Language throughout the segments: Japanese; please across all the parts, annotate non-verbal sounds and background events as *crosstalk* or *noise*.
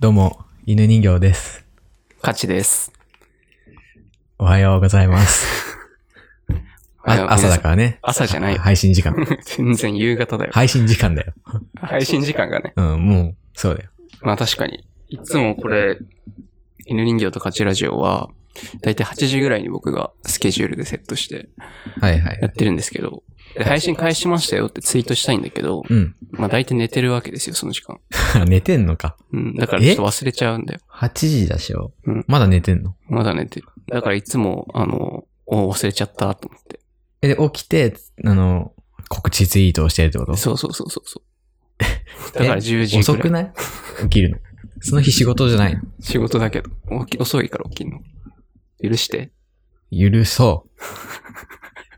どうも、犬人形です。勝ちです。おはようございます。あ朝だからね。朝じ *laughs* ゃないよ配信時 *laughs* 間。ら。全然夕方だよ。配信時間だよ。配信時間がね。うん、もう、そうだよ。まあ確かに。いつもこれ、犬人形と勝ちラジオは、だいたい8時ぐらいに僕がスケジュールでセットしてはいはいやっ。てるんですけど、で配信開始しましたよってツイートしたいんだけど、うん。 *laughs* まあ大体寝てるわけですよ、その時間。寝てんのか。うん。だからちょっと忘れちゃうんだよ。 8時だしよ。うんまだ寝てんの。まだ寝てる。だからいつも、あの、お忘れちゃったと思って。え、で、起きて、あの、告知ツイートをしてるってことそうそうそうそ *laughs* うそう。だから10時遅ぐらくい。ない起きるの。その日仕事じゃないの。仕事だけど、起き遅いから起きんの。許して。許 *laughs* そう。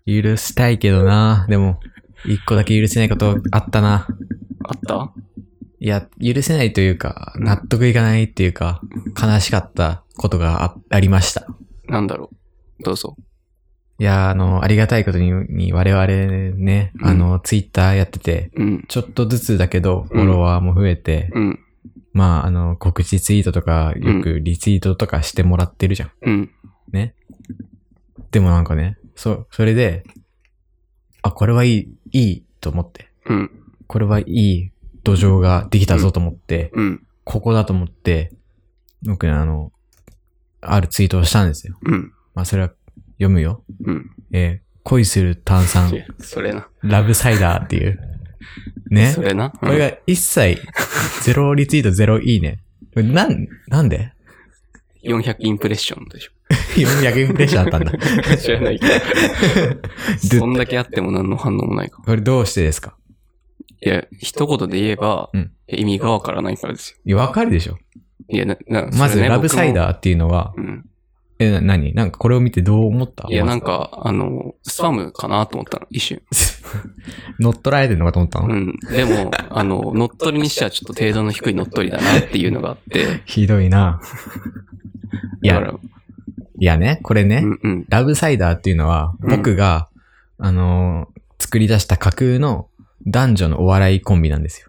許したいけどな。でも、一個だけ許せないことあったな。あったいや、許せないというか、納得いかないっていうか、悲しかったことがあありました。なんだろう。どうぞ。いや、あの、ありがたいことに、に我々ね、うんあの、ツイッターやってて、うん。ちょっとずつだけど、フうォんロワーも増えて、うん。まあ、あの、告知ツイートとか、よくリツイートとかしてもらってるじゃん。うん。でもなんかね、そ、それで、あ、これはいい、いいと思って、うん。これはいい土壌ができたぞと思って、うん。ここだと思って、僕ね、あの、あるツイートをしたんですよ。うん。まあ、それは読むよ。うん。えー恋する炭酸い、 *laughs* やそれな。ラブサイダーっていう。ねそ。れな。これが一切、ゼロリツイート、ゼロいいね。これなん、なんでうん400インプレッションでし *laughs* ょ。 ?400 インプレッションあったんだ。知らないけど。 *laughs* そんだけあっても何の反応もないか。これどうしてですかいや、一言で言えば、うんいや意味がわからないからですよ。いや、わかるでしょ。いや、な、な、まそず、れねラブサイダーっていうのは僕、もうん。え、な、何なんかこれを見てどう思ったいや、なんか、か、あの、スパムかなと思ったの、一瞬。 *laughs* 乗っ取られてるのかと思ったの、うん。でも、あの、乗っ取りにしてはちょっと程度の低い乗っ取りだなっていうのがあって。ひどいないだや、から、いやね、これね、うんうん。ラブサイダーっていうのは、うん僕が、あのー作り出した架空の男女のお笑いコンビなんですよ。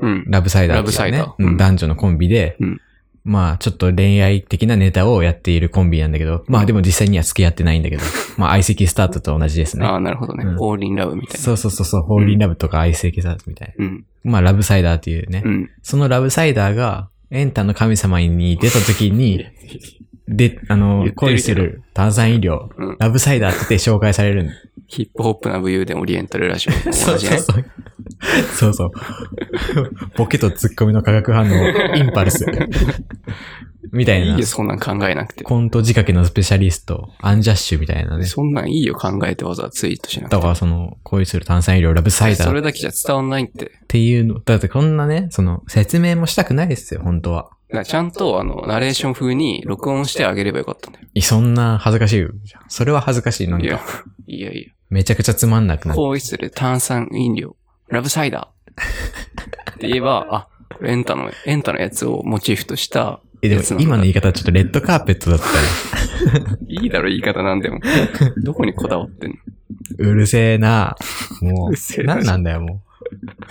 うん。ラブサイダーっていうね。ラブサイダーうんうん男女のコンビで、うんまあ、ちょっと恋愛的なネタをやっているコンビなんだけど、まあでも実際には付き合ってないんだけど、まあ相席スタートと同じですねあ。あ、なるほどね。うんオールインラブみたいな。そうそうそうそう、ホーリーラブとか相席スタートみたいな。うん。まあラブサイダーっていうね。うん。そのラブサイダーが、エンタの神様に出た時 *laughs* に、で、あの言ってー、るけど恋する炭酸飲料、うんラブサイダーって言って紹介されるんヒップホップな武勇伝オリエンタルラジオ *laughs* とそ同うじそねう。そう。そうそう。ボケとツッコミの化学反応、インパル *laughs* ス。みたいいないよ、、そんなん考えなくて。コント仕掛けのスペシャリスト、アンジャッシュみたいなね。そんなんいいよ、考えてわざわざツイートしなくだからその、恋する炭酸飲料、ラブサて。イダそーっれだけじゃ伝わんないって。ていうの、だってこんなね、その、説明もしたくないですよ、本当は。だからちゃんと、あの、ナレーション風に録音してあげればよかったんだよ。いそんな恥ずかしいじゃん。それは恥ずかしい。なんいか、や、いやいめちゃくちゃつまんなくや。なる。恋する炭酸飲料、ラブサイダー。って言え *laughs* ば、あ、これエンタの、エンタのやつをモチーフとしたえ、でもやつなんだ今の言い方はちょっとレッドカーペットだったよ。いいだろ、言い方なんでも。どこにこだわってんのうるせえな。も *laughs* うるせう、えななんなんだよ、も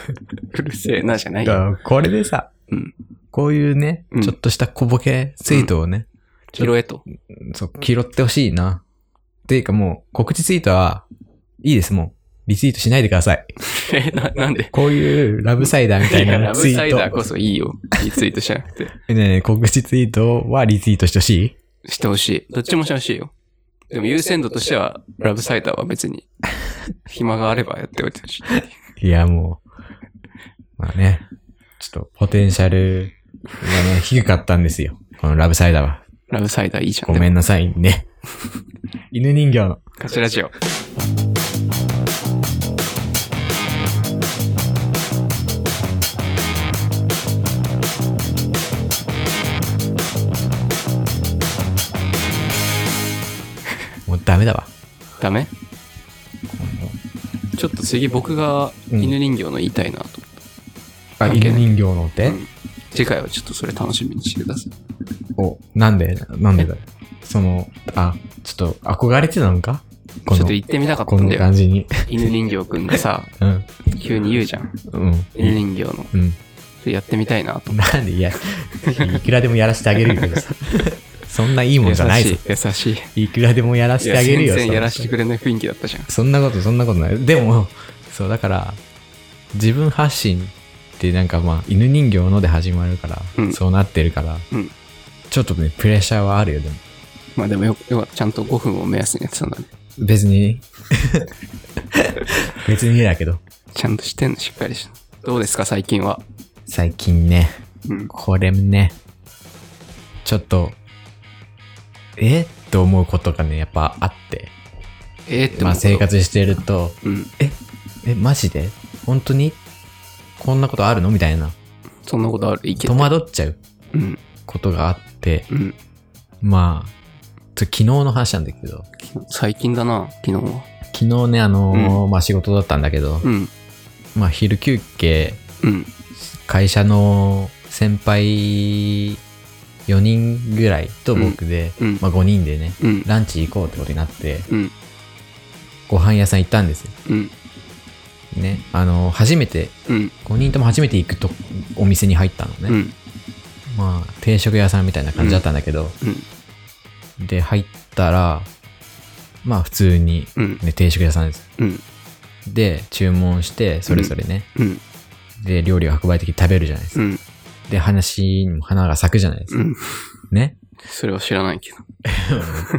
う。うるせえな、じゃないだかよ。らこれでさ、うんこういうねう、んちょっとした小ボケツイートをね、拾えと。そう、拾ってほしいな。っていうかもう、告知ツイートは、いいです、もう。リツイートしないでください。え、な、なんでこういうラブサイダーみたいいや、ラなブツイサイダーーこそいいよ。リツイートしなくて。ト。ねえ告知ツイートはリツイートしてほしいしてほしい。どっちもしてほしいよ。でも優先度としては、ラブサイダーは *laughs* 別に、暇があればやっておいてほしい。いや、もう。まあね。ちょっと、ポテンシャルがね、低かったんですよ。このラブサイダーは。ラブサイダーいいじゃん。ごめんなさい *laughs* ね。犬人形の。カチラジオ。もうダメだわ。ダメちょっと次僕がうん犬人形の言いたいなと。あ、犬人形のって、うん次回はちょっとそれ楽しみにしてください。お、なんでなんでだその、あ、ちょっと憧れてたのかこちょっのと、行ってみたかったこんのだよ。感じに。犬人形くんがさ、うん。急に言うじゃん。うん。犬人形の。うん。とやってみたいなと。なんで、いや、いくらでもやらせてあ *laughs* げるよけどさ。そんないいもん優じゃないしぞい。、優しい。いくらでもやらせてあげるよ。いや全然やらせそてんくれない雰囲気だったじゃん。そんなこと、そんなことない。でも、そう、だから、自分発信ってなんかまあ、犬人形ので始まるから、うんそうなってるから、うんちょっとね、プレッシャーはあるよ、でも。まあでもよ、よかった。ちゃんと5分を目安にやってたんだね。別に。 *laughs* 別にだけど。ちゃんとしてんの、しっかりして。どうですか、最近は。最近ね、うん。これね、ちょっと、えって思うことがね、やっぱあって。えー、って思うことまあ生。活してると、うん。え、マジで本当にこんなことあるのみたいな。そんなことある。いけ戸惑っちゃううん。ことがあって、うん。まあ、ちょ昨日の話なんだけど、最近だな、昨日は。昨日ね、あのーまあ仕事だったんだけど、うん。まあ昼休憩、うん。会社の先輩4人ぐらいと僕で、うん。まあ5人でね、うん。ランチ行こうってことになって、うん。ご飯屋さん行ったんですよ。うん。ね、あのー初めて、うん。 5人とも初めて行くとお店に入ったのね。うん。まあ定食屋さんみたいな感じだったんだけど、うん。で入ったらまあ普通に、うん。ね、定食屋さんですうん。で注文してそれぞれね、うん。で料理が運ばれてきて食べるじゃないですか、うん。で話にも花が咲くじゃないですうか、ん。ねそれは知らないけど。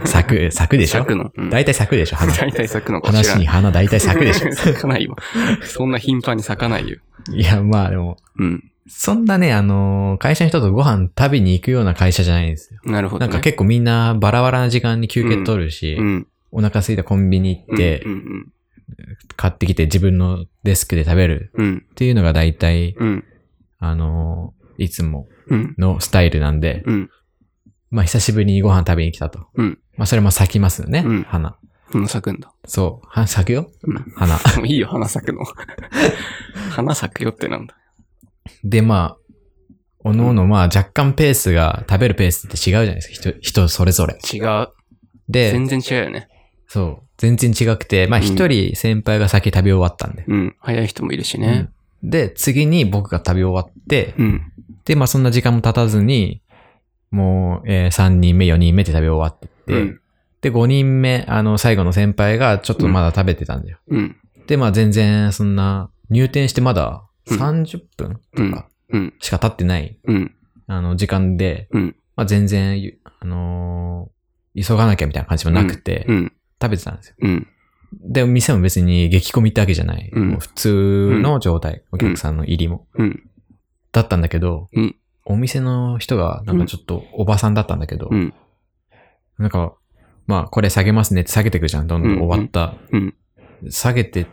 咲く咲くでしょ咲くの。うん大体咲くでしょ *laughs* 花大体咲くのか知ら話なにい。花大体咲くでし咲かないわ。そんな頻繁に咲かないよ。ょいやまあでもうん。そんなねあのー会社の人とご飯食べに行くような会社じゃないんですよなるほど、なんね。か結構みんなバラバラな時間に休憩取るし、うん。お腹空いたコンビニ行って、うん。うん買ってきて自分のデスクで食べるうん。っていうのが大体、うん。あのーいつもうん。のスタイルなんで、うん。まあ久しぶりにご飯食べに来たと。うんまあそれも咲きますよね、うん花。うん。咲くんだ。そう、花咲くようん。花。もういいよ、花咲くの。花咲くよってなんだ。で、まあ、おのおの、まあ若干ペースが、食べるペースって違うじゃないですか、人、人それぞれ。違う。で全、然違うよね。そう、全然違くて、まあうん一人先輩が先食べ終わったんで。うん。早い人もいるしね。うんで、次に僕が食べ終わって、うん。で、まあそんな時間も経たずに、もう、えー3人目、4人目って食べ終わってって、うん。で、5人目、あの、最後の先輩がちょっとまだ食べてたんだよ。うん。で、まあ全然、そんな、入店してまだうん30分うん。うん。しか経ってない、うん。あの、時間で、うんまあ全然、ゆあのー急がなきゃみたいな感じもなくて、うん。食べてたんですよ。うん。で、店も別に激混みってわけじゃない。うんもう普通の状態、お客さんの入りも。うん。だったんだけど、うんお店の人が、なんかちょっとおばさんだったんだけど、うん。なんか、まあ、これ下げますねって下げてくじゃん、どんどん終わった。うん。下げてっ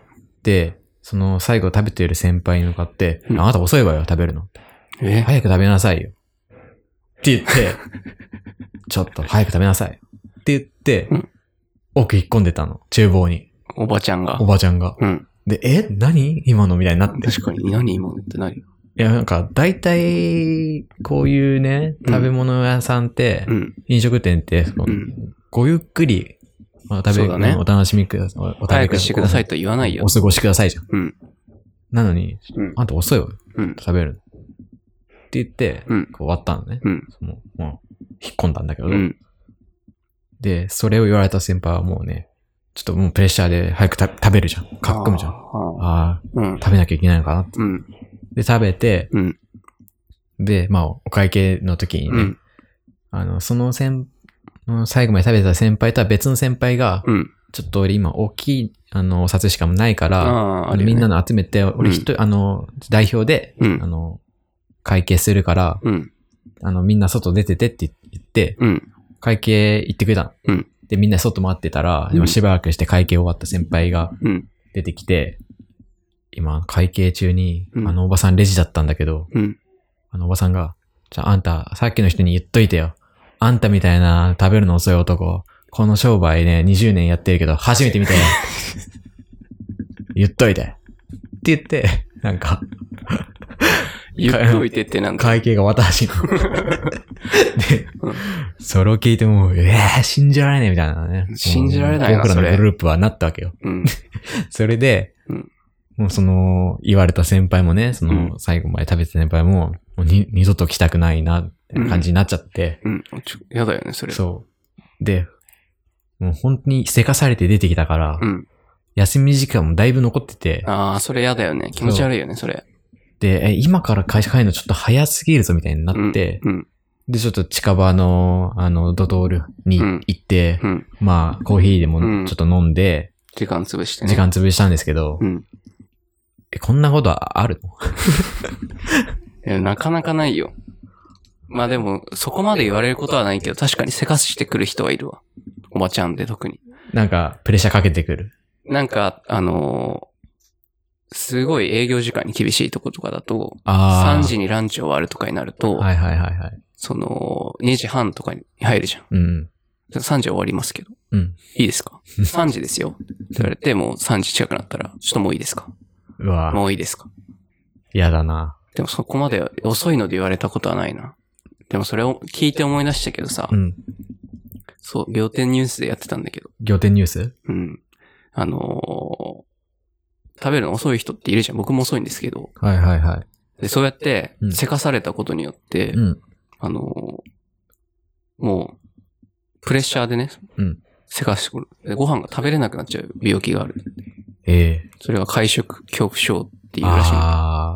て、その最後食べてる先輩に向かって、うんあなた遅いわよ、食べるの。え早く食べなさいよ。って言 *laughs* って、ちょっと早く食べなさい。って言って、うん奥引っ込んでたの、厨房に、おばちゃんがお。ばちゃんが。うん。で、え何今のみたいになって。確かに。何今のって何いや、なんか、大体、こういうね、うん食べ物屋さんって、うん。飲食店って、そのうんごゆっくり、まあ、食べそうだねお楽しみください。おお食べ早くしてくださいと言わないよお。過ごしくださいじゃん。うん。なのに、うん。あんた遅いわよ。うん。食べるの。って言って、うんこう終わったのね。うん。もう、もう引っ込んだんだけど、うん。で、それを言われた先輩はもうね、ちょっともうプレッシャーで早くた食べるじゃん。かっこむじゃん。あああーうんー、。食べなきゃいけないのかなって。うん。で、食べて、うん。で、まあ、お会計の時にね、うん。あの、その先、最後まで食べてた先輩とは別の先輩が、うん。ちょっと俺今大きい、あの、お札しかもないから、ああ、あのあるよねみんな。の集めて、俺一人、あの、代表で、うあん。の、会計するから、うん。あの、みんな外出ててって言って、うん。会計行ってくれたの。うんで、みんな外待ってたら、うんでもしばらくして会計終わった先輩がうん。出てきて、今、会計中に、うんあのおばさんレジだったんだけど、うん。あのおばさんが、じゃああんた、さっきの人に言っといてよ。あんたみたいな食べるの遅い男、この商売ね、20年やってるけど、初めて見 *laughs* たよ。言っといて。って言って、なんか、言っといてってなんだ。会計が *laughs* 私の。でうん、それを聞いてもう、えー、信じられねえみたいなね。信じられないなもう僕らそのれグループはなったわけよ。うん。それで、うんもうその、言われた先輩もね、そうの、最後まで食べてた先輩も、もうに二度と来たくないな、って感じになっちゃって、うん。ちょやだよね、それ。そう。で、もう本当にせかされて出てきたから、うん。休み時間もだいぶ残ってて、ああ、それやだよね。気持ち悪いよね、それ。で、え、今から会社帰るのちょっと早すぎるぞみたいになって、うん。で、ちょっと近場の、あの、ドトールにうん行って、うん。まあ、コーヒーでうんもちょっと飲んで、時間潰してね。時。間潰したんですけど、うん。え、こんなことはあるのいや、なかなかないよ。まあでも、そこまで言われることはないけど、確かにせかしてくる人はいるわ。おばちゃんで特に。なんか、プレッシャーかけてくる。なんか、あのーすごい営業時間に厳しいとことかだと、ああ。 3時にランチ終わるとかになると、はいはいはいはい。その、2時半とかに入るじゃん。うん。 3時終わりますけど。うん。いいです *laughs* か ?3 時ですよ。って言われて、もう3時近くなったら、ちょっともういいですかうわ、もういいですか嫌だな。でもそこまで遅いので言われたことはないな。でもそれを聞いて思い出したけどさ、うん。そう、仰天ニュースでやってたんだけど、仰天ニュースうん。あのー食べるの遅い人っているじゃん。僕も遅いんですけど。はいはいはい。で、そうやってう、んせかされたことによって、うん。あのーもう、プレッシャーでね、うんせかしてくる。でご飯が食べれなくなっちゃう病気がある。ええそれが会食恐怖症っていうらしいんだ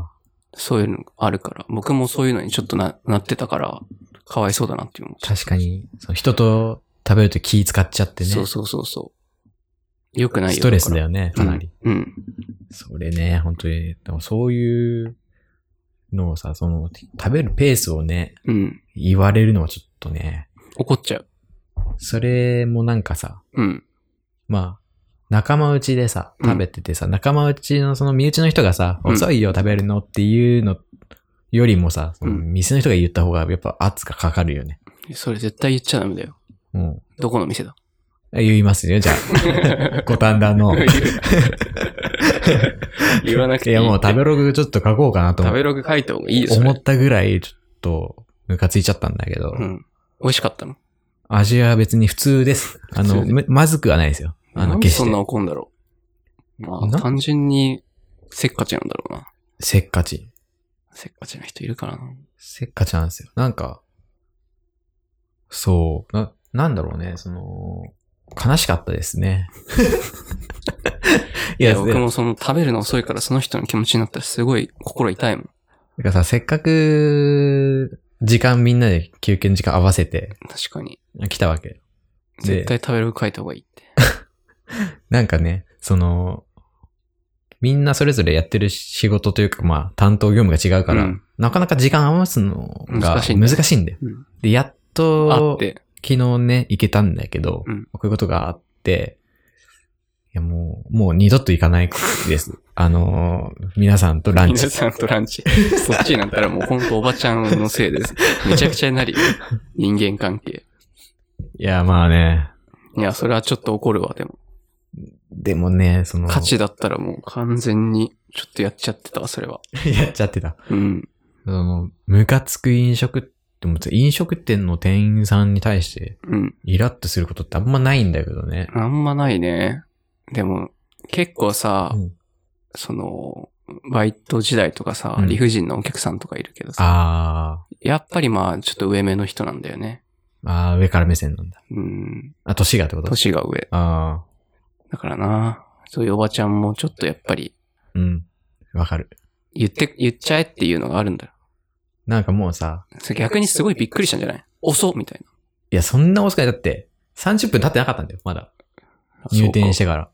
あそういうのがあるから、僕もそういうのにちょっとな、なってたから、かわいそうだなっていうのもあ、確かに、その人と食べると気使っちゃってね。そうそうそうそう。よくないよ。ストレスだよね、だからなり。。うん。うんそれね、本当に。でもそういうのをさ、その、食べるペースをね、うん。言われるのはちょっとね、怒っちゃう。それもなんかさ、うん。まあ、仲間内でさ、うん食べててさ、仲間内のその身内の人がさ、うん遅いよ食べるのっていうのよりもさ、そのうん店の人が言った方がやっぱ圧がかかるよね。それ絶対言っちゃダメだよ。うん。どこの店だ *laughs* 言いますよ、じゃあ。 *laughs* 五反田の。言わなくていいや、い。もう食べロログちょっと書こうかなとグ。思食っべログ書いた方がいいよ、それ思ったぐらい、ちょっと、ムカついちゃったんだけど、うん。美味しかったの。味は別に普通です。あ普の、通でめまずくはないですよ。あなの、んで決しそんなて。怒んだろう。まあ、な単純に、せっかちなんだろうな。せっかち。せっかちな人いるからな。せっかちなんですよ。なんか、そう、な、なんだろうね、その、悲しかったですね。い *laughs* いや、や、僕でもその食べるの遅いからその人の気持ちになったらすごい心痛いもん。なんかさ、せっかく、時間みんなで休憩の時間合わせて確かに。来たわけ。で絶対食べログ書いた方がいいって。なんかね、その、みんなそれぞれやってる仕事というか、まあ、担当業務が違うから、うんなかなか時間合わすのが難難ししいいんんだだよよ。うんで、やっあとっ、て。昨日ね、行けたんだけど、うんこういうことがあって、いや、もう、もう二度と行かない *laughs* です。あのー、皆さんとラン皆チ。さんとランチ。 *laughs* そっちになったらもうほんとおばちゃんのせいです。めちゃくちゃになるよ。人間関係。いや、まあね、いや、それはちょっと怒るわ、でも。でもね、その、価値だったらもう完全に、ちょっとやっちゃってたわ、それは。 *laughs* やっちゃってた。うん。その、ムカつく飲食って思ってた飲食店の店員さんに対して、うん。イラッとすることってあんまないんだけどね。あんまないね。でも、結構さ、うんその、バイト時代とかさ、うん理不尽なお客さんとかいるけどさ、あやっぱりまあ、ちょっと上目の人なんだよね。ーあー、上から目線なんだ。うん。あ、年がってこと年が上。ああ、だからな、そういうおばちゃんもちょっとやっぱり、うん。わかる。言って、言っちゃえっていうのがあるんだよ。なんかもうさ、それ逆にすごいびっくりしたんじゃない遅っみたいいや、そんなお使いだって、30分経ってなかったんだよ、まだ。な。。入店しててから。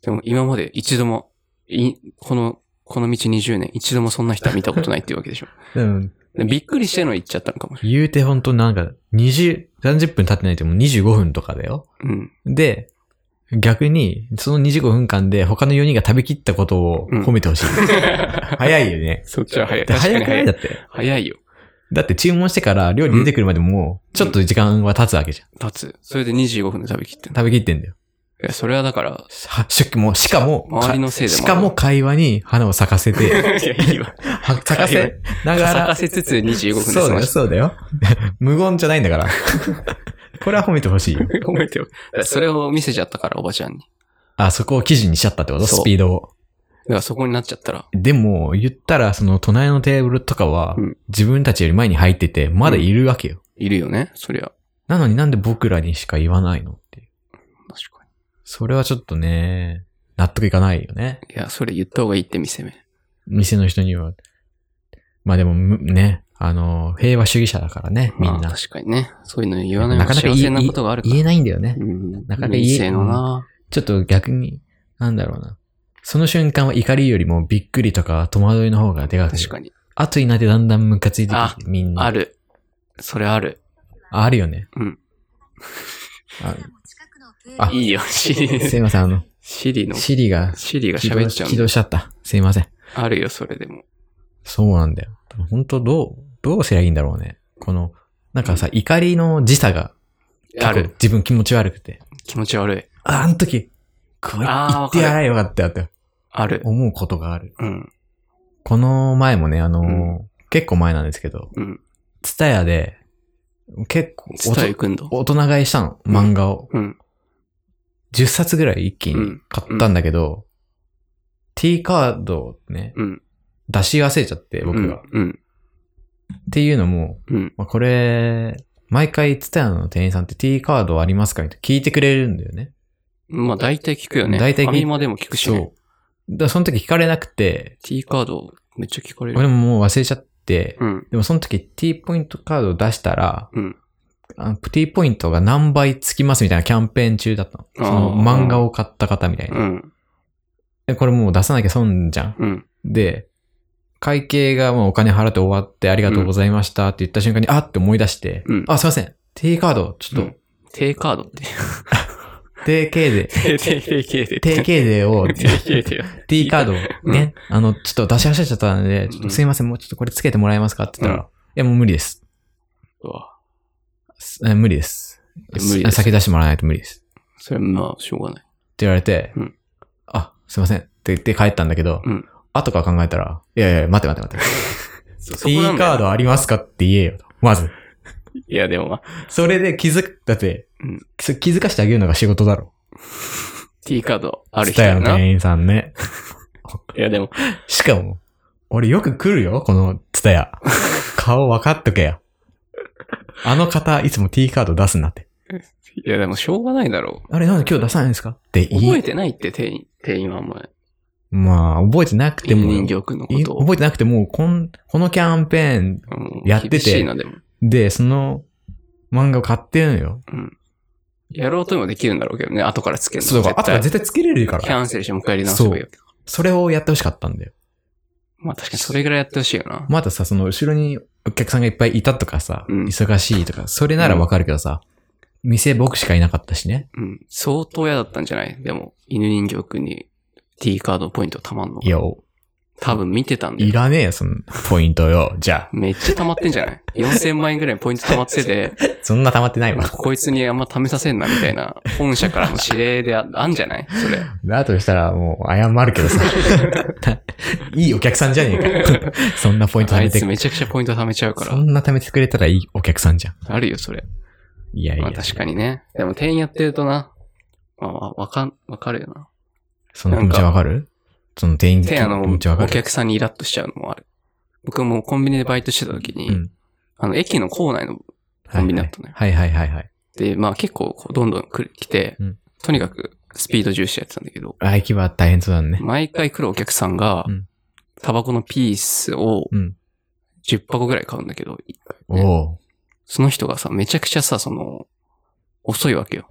でも今まで一度も、い、この、この道20年、一度もそんな人は見たことないっていうわけでしょ。うん。でびっくりしての言っちゃったのかもし言うてほんとなんか、20、30分経ってないともう25分とかだよ。れない。うん。で、逆に、その25分間で他の4人が食べきったことをうん褒めて *laughs* ほしい。早いよね。そっちは早い。で確かに早くないだ早い。って。早いよ。だって注文してから料理出てくるまでも、ちょっと時間は経つわけじゃん。立つ。それで25分で食べきってんの。食べきってんだよ。いや、それはだから、は、しかも、しかも、周りのせいでもしかも会話に花を咲かせて、 *laughs* いや、いいわ。は咲かせながら、咲かせつつ25分でそう済だまよ、しそうだよ。 *laughs* 無言じゃないんだから。これは褒めてほしいよ。た。褒めてよ。それを見せちゃったから、おばちゃんに。あ、そこを記事にしちゃったってことそうスピードを。だからそこになっちゃったら。でも、言ったら、その隣のテーブルとかはうん、自分たちより前に入ってて、まだいるわけよ。いるよね、そりゃ。なのになんで僕らにしか言わないのっていう。確かそれはちょっとね、納得いかないよね。に。いや、それ言った方がいいって見せめ。店の人には。まあでも、むね、あの、平和主義者だからね、みんまあな。確かにね。そういうの言わないのなかがなか幸言えせなことがあるから。言えないんだよね。うん。なかなか言えいい性能な。ちょっと逆に、なんだろうな。その瞬間は怒りよりもびっくりとか戸惑いの方がでかくて。確かに。後になってだんだんムカついてきて、みんな。ある。それある。あ。あるよね。うんあ。あ、いいよ、シリ。すいません、あの、シ *laughs* リの、シリがシリが起喋動っしちゃう起の。動しちゃった。すいません。あるよ、それでも。そうなんだよ。本当どう、どうすりゃいいんだろうね。この、なんかさ、怒りの時差が、あ結構る。自分気持ち悪くて。気持ち悪い。あ、あの時、こうあー言ってやれよかったよってある。思うことがある。うん。この前もね、あのーう結構前なんですけど、うん。ツタヤで、結構伝えくんど。大人買いしたの、漫画を。うん。 10冊ぐらい一気に買ったんだけど、T カードをね、うん。出し忘れちゃって、僕が。っうん。ていうのも、うん。まあ、これ、毎回、ツタヤの店員さんって T カードありますかみたいな聞いてくれるんだよね。うんまあ大体聞くよね。大体聞いファミマでも聞くしそう。だね。からその時聞かれなくて、 T カードめっちゃ聞かれ俺る。ももう忘れちゃって、うん。でもその時 T ポイントカードを出したら、うん。あの T ポイントが何倍つきますみたいなキャンペーン中だったの。そのあー漫画を買った方みたいうな。ん。でこれもう出さなきゃ損じゃん。うん。で、会計がもうお金払って終わってありがとうございましたって言った瞬間に、あって思い出して、うんあ、すいません。T カード、ちょっと、低カードって。定型 *laughs* で、低低低で。定型でを、低低 T カードをね、あの、ちょっと出し忘れちゃったんで、ちょっとすいません、もうちょっとこれつけてもらえますかって言ったら、ういや、もう無理です。 *laughs* うわ。すえ無理です。いや無理です先出してもらわないと無理です。それまあしょうがなっい。て言われて、うんあ、すいませんって言って帰ったんだけど、うん後から考えたら、いやいや、待って待って待って。そ T カードドありますかって言えよと。まず。いやでもまあ、それで気づく、だって、うんそ気づかしてあげるのが仕事だろ。 T カードあるスタ人ヤやのな。い店員さんね。やでも、しかも、俺よく来るよ、このツタヤ。 *laughs* 顔分かっとけよ。あの方、いつも T カード出すなって。いやでもしょうがないだろあれ、なんで今日出さないんですかってう。言い覚えてないって店員、店員はお前。まあ、覚えてなくてでもも、人形くんのこいとを。覚えてなくても、こん、このキャンペーンうんやってて厳しいなでも。で、その漫画を買ってるのよ。うん。やろうともできるんだろうけどね、後からつけるの。そうだから、あ絶と対は絶対つけれるかキャら。ンセルしてもう一回やり直せばいいわけそれをやってほしかったんだよ。まあ確かにそれぐらいやってほしいよな。まださ、その後ろにお客さんがいっぱいいたとかさ、うん忙しいとか、それならわかるけどさ、店僕しかいなかったしね。うん。相当嫌だったんじゃないでも、犬人形くんに T カードポイントたまんの。いや、お多分見てたんでい。らねえよ、そのポイントよ。じゃめっちゃ溜まってんじゃない ?4000 万円ぐらいポイント溜まっ *laughs* てて、あ、そんな溜まってないわ。こいつにあんま貯めさせんなみたいな、本社からの指令でああんじゃないそ *laughs* れ。だとしたらもう謝るけど *laughs* さ。いいお客さんじゃねえか。そんなポイント貯あめいてつ、めちゃくちゃポイント貯めちゃうかそら。んな貯めてくれたらいいお客さんじゃん。あるよ、それ。いやいやまあ、確かにね。でも店員やってるとな、まあまあわかん、わかるよな。その気持ちわかるその店員の気店員あの、持ちわかおる客さんにイラッとしちゃうのもある。僕もコンビニでバイトしてた時に、うんあの、駅の構内のコンビニだったのよ。はいはいはいはいはい。で、まあ結構こうどんどん来る来て、うんとにかくスピード重視やってたんだけど、あ、行き場大変そうだね。毎回来るお客さんがうん、タバコのピースをうん。 10箱ぐらい買うんだけど、おおその人がさ、めちゃくちゃさ、その、遅いわけよ。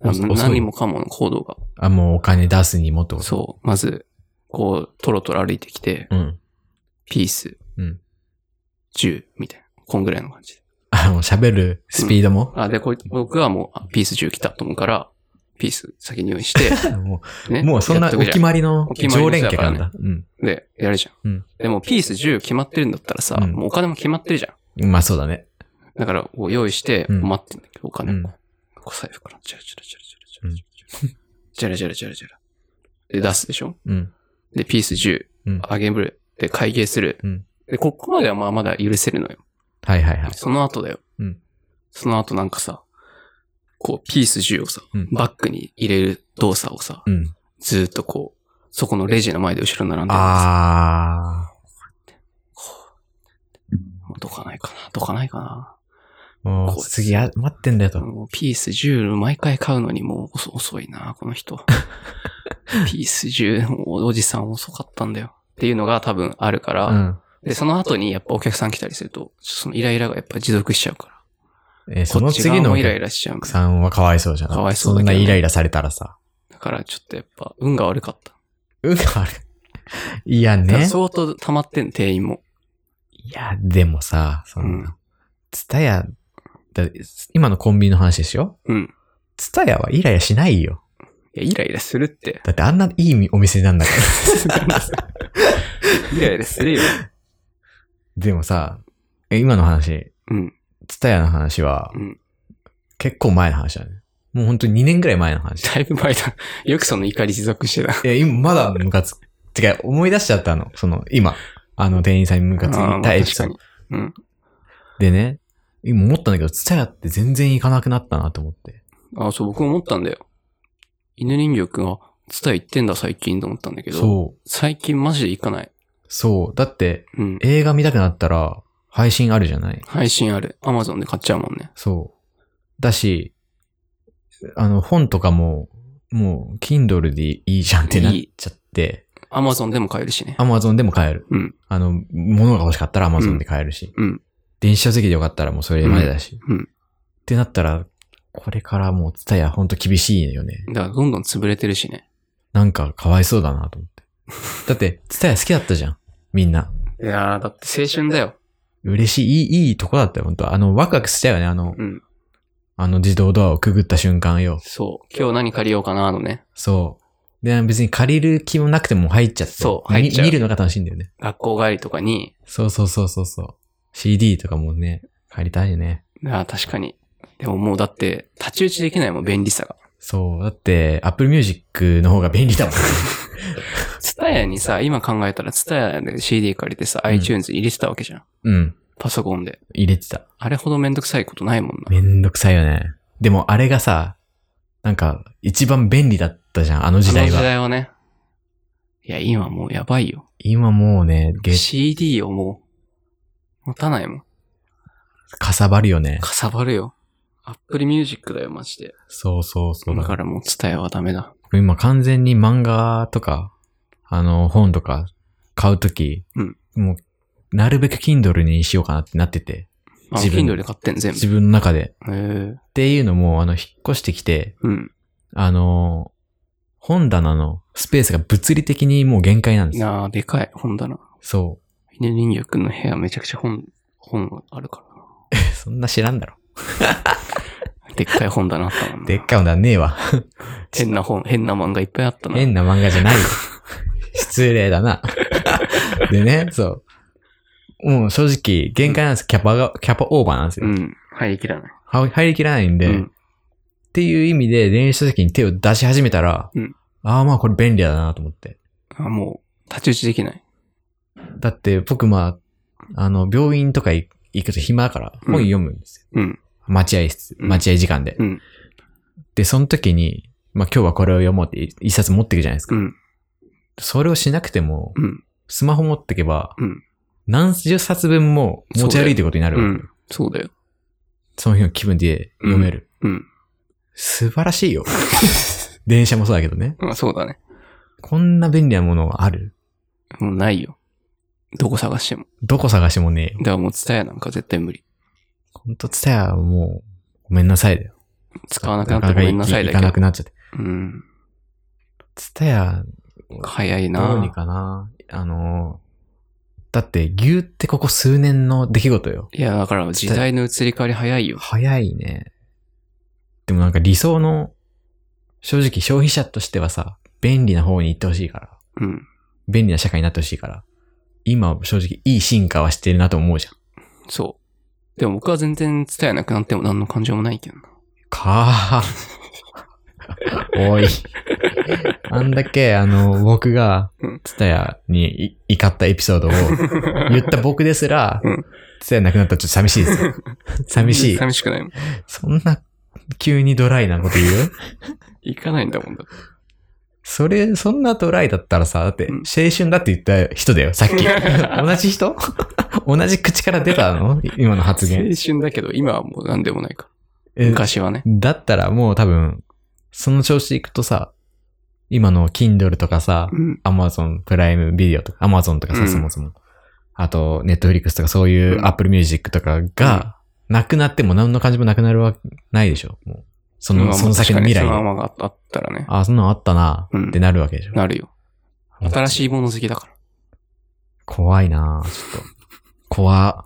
おな遅い何もかもの行動が。う。あ、もうお金出すにもってことそう。まず、こう、トロトロ歩いてきて、うん。ピース、うん10みたいな。こんぐらいの感じで。あの、喋るスピードも、あ、で、こい僕はもう、あピース10来たと思うから、ピース先に用意して、もう、ね。もうそんなやっとおくじゃ決まりのお決ま常りの連人だ客かならんねだ。で、やるじゃん。うんでも、ピース10決まってるんだったらさ、うんもうお金も決まってるじゃん。うん。まあそうだね。だから、こう用意して、うん待ってんだけど、お金をうんこう、こう財布から、チャラチャラチャラチャラチャラチャラチャラチャラチャラチャラ。で、出すでしょうん。で、ピース10、うん。あげる。で、会計する。うんで、ここまではまあまだ許せるのよ。はいはいはい。その後だよ。うんその後なんかさ、こう、ピース10をさ、うんバッグに入れる動作をさ、うん。ずーっとこう、そこのレジの前で後ろ並んでるんです。あもうどかないかな、どかないかな。ー。もう、次や、待ってんだよと。もうピース10毎回買うのにもう遅遅いな、この *laughs* 人。ピース10、おおじさん遅かったんだよ。っていうのが多分あるかうら、ん。で、その後にやっぱお客さん来たりすると、そのイライラがやっぱ持続しちゃうから。えーそのこっち次側のもおイライ客ラしちゃうんだよさんはかわいそうじゃん。かわいそうだけどそんねなイライラされたらさ。だからちょっとやっぱ運が悪かった。うん、あれ。いやだからね。相当溜まってん、店員も。いや、でもさ、そうんの、ツタヤ、だ今のコンビニの話ですよ。うん。ツタヤはイライラしないよ。いや、イライラす *laughs* るって。 *laughs* だってあんないいお店なんだから。 *laughs* イライラするよ。でもさ、え今の話、うん。ツタヤの話は、うん結構前の話だね。もうほんと2年ぐらい前の話。 *laughs* だいぶ前だ。よくその怒り持続してた。いや、今まだムカつく。てか、思い出しちゃったの。その、今。あの、店員さんにムカつあーいまあたエピソー確ド。かにうん。でね、今思ったんだけど、ツタヤって全然行かなくなったなと思って。あ、そう、僕も思ったんだよ。犬人形くんは、ツタ行ってんだ最近と思ったんだけど、そう。最近マジで行かない。そう。だって、うん。映画見たくなったら、配信あるじゃない配信ある。アマゾンで買っちゃうもんね。そう。だし、あの、本とかも、もう、Kindle でいいじゃんってなっちゃって、アマゾンでも買えるしね。 Amazon でも買える。うん。あの、物が欲しかったら Amazon で買えるし、うん。電子書籍でよかったらもうそれまでだし。うんうんってなったら、これからもう、ツタヤほんと厳しいよね。だからどんどん潰れてるしね。なんか、かわいそうだなと思って。だって、ツタヤ好きだったじゃん。みんな。いやー、だって青春だよ。嬉しい、いい、いいとこだったよ、本当あの、ワクワクしちゃうよね、あの、うん。あの自動ドアをくぐった瞬間よ。そう。今日何借りようかなのね。そう。で、別に借りる気もなくても入っちゃって。そうみ入っちゃう見るのが楽しいんだよね。学校帰りとかに、そうそうそうそうそう。CD とかもね、借りたいよね。ああ、確かに。でももうだって、太刀打ちできないもん、便利さが。そう。だって、Apple Music の方が便利だ *laughs* もん。ツタヤにさ、今考えたらツタヤで CD 借りてさ、ん iTunes に入れてたわけじゃん。うん。パソコンで。入れてた。あれほどめんどくさいことないもんな。めんどくさいよね。でも、あれがさ、なんか、一番便利だったじゃん、あの時代あの時は。代はね。いや、今もうやばいよ。今もうね、ゲ CD をもう、持たないもん。かさばるよね。かさばるよ。Apple Music だよ、マジで。そうそうそう。だからもうツタヤはダメだ。今完全に漫画とか、あの、本とか買うとき、うんもう、なるべく Kindle にしようかなってなってて、あ、自分 Kindle で買ってん、全部。自分の中で。へえ。っていうのも、あの、引っ越してきて、うん。あの、本棚のスペースが物理的にもう限界なんですよ。なあ、でかい、本だな。そ犬人形くんの部屋めちゃくちゃ本、本あるからな。う。 *laughs* そんな知らんだろ。でっかい本だなあったもんなでっかいもんだねえわ。変な本、変な漫画いっぱいあったな。変な漫画じゃない *laughs* よ。失礼だな。でね、そう。もう正直、限界なんです。キャパが、キャパオーバーなんですよ。うん。入りきらない。は入りきらないんで、うんっていう意味で電子書籍に手を出し始めたら、うんああまあこれ便利だなと思って。あ、もう、立ち打ちできない。だって僕まあ、あの、病院とかい行くと暇だからうん本読むんですよ。うん。待合室、うん待合時間で。うん。で、その時に、まあ今日はこれを読もうってい一冊持っていくじゃないですか。うん。それをしなくても、うん。スマホ持ってけば、うん何十冊分も持ち歩いてることになるうわけん。そうだよ。その日の気分で読める。うん。素晴らしいよ。 *laughs* 電車もそうだけどね。まあ、そうだね。こんな便利なものがあるもうないよ。どこ探しても。どこ探してもねえよだ。からもう、ツタヤなんか絶対無理。ほんと、ツタヤはもう、ごめんなさいだよ。使わなくなってごめんなさい行だかなけくど。なっちゃって。うん。ツタヤ、早いなどうにかな。あの、だって、牛ってここ数年の出来事よ。いや、だから時代の移り変わり早いよ。早いね。でもなんか理想の、正直消費者としてはさ、便利な方に行ってほしいから。うん。便利な社会になってほしいから。今、正直いい進化はしてるなと思うじゃん。そう。でも僕は全然ツタヤなくなっても何の感情もないけどな。か *laughs* ー。おい。あんだけ、あの、僕がうん、ツタヤにい怒ったエピソードを *laughs* 言った僕ですらうん、ツタヤなくなったらちょっと寂しい *laughs* ですよ。寂しい。寂しくないもん。そんな、急にドライなこと言う行かないんだもんだって。それ、そんなドライだったらさ、だって、うん青春だって言った人だよ、さっ *laughs* き。同じ人 *laughs* 同じ口から出たの今の発言。青春だけど、今はもう何でもないから。え *laughs* 昔はね。だったらもう多分、その調子でいくとさ、今の Kindle とかさ、うん。 Amazon プライムビデオとか、Amazon とかさ、うんそもそも。あと、Netflix とかそういううん Apple Music とかが、なくなっても何の感じもなくなるわけないでしょ。もうそまの、あその先の未来確かにそで。のままがあったらね。あ、そんなのあったな、うんってなるわけでしょ。なるよ。新い。しいもの好きだから。怖いなちょっと。怖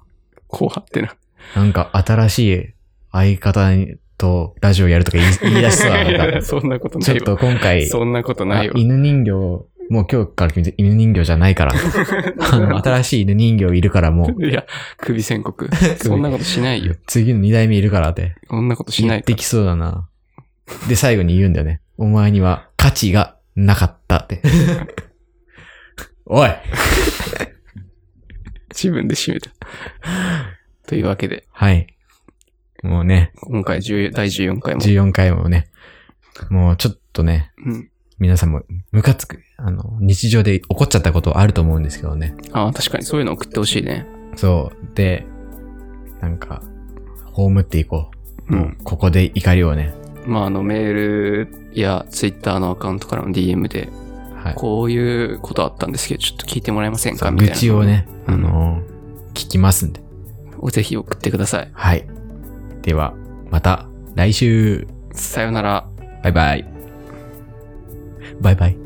怖ってな。なんか新しい相方にとラジオやるとか *laughs* 言い言い出しそうだいやいな。やそんなことちなょっいわ。と今回、そんなことないよあ。犬人形、もう今日から君犬人形じゃない *laughs* から。あの、新しい犬人形いるからもう、いや、首宣告。そんなこと *laughs* しないよ。次の二代目いるからって。そんなことしな言っいかてら。きそうだな。で、最後に言うんだよね。お前には価値がなかったって。おい自分で締めた。 *laughs* というわけで、はい。もうね、今回10第14回も。 14回もね、もうちょっとね、うん。皆さんもムカつく、あの、日常で起こっちゃったことあると思うんですけどね。ああ、確かにそういうの送ってほしいね。そう。で、なんか、葬っていこう。う。もうんここで怒りをね。まあ、あの、メールやツイッターのアカウントからの DM で、はい。こういうことあったんですけど、ちょっと聞いてもらえませんそかうみたい愚な。痴をね、うんあのー聞きますんで。ぜひ送ってください。はい。では、また来週。さよなら。バイバイ。バイバイ。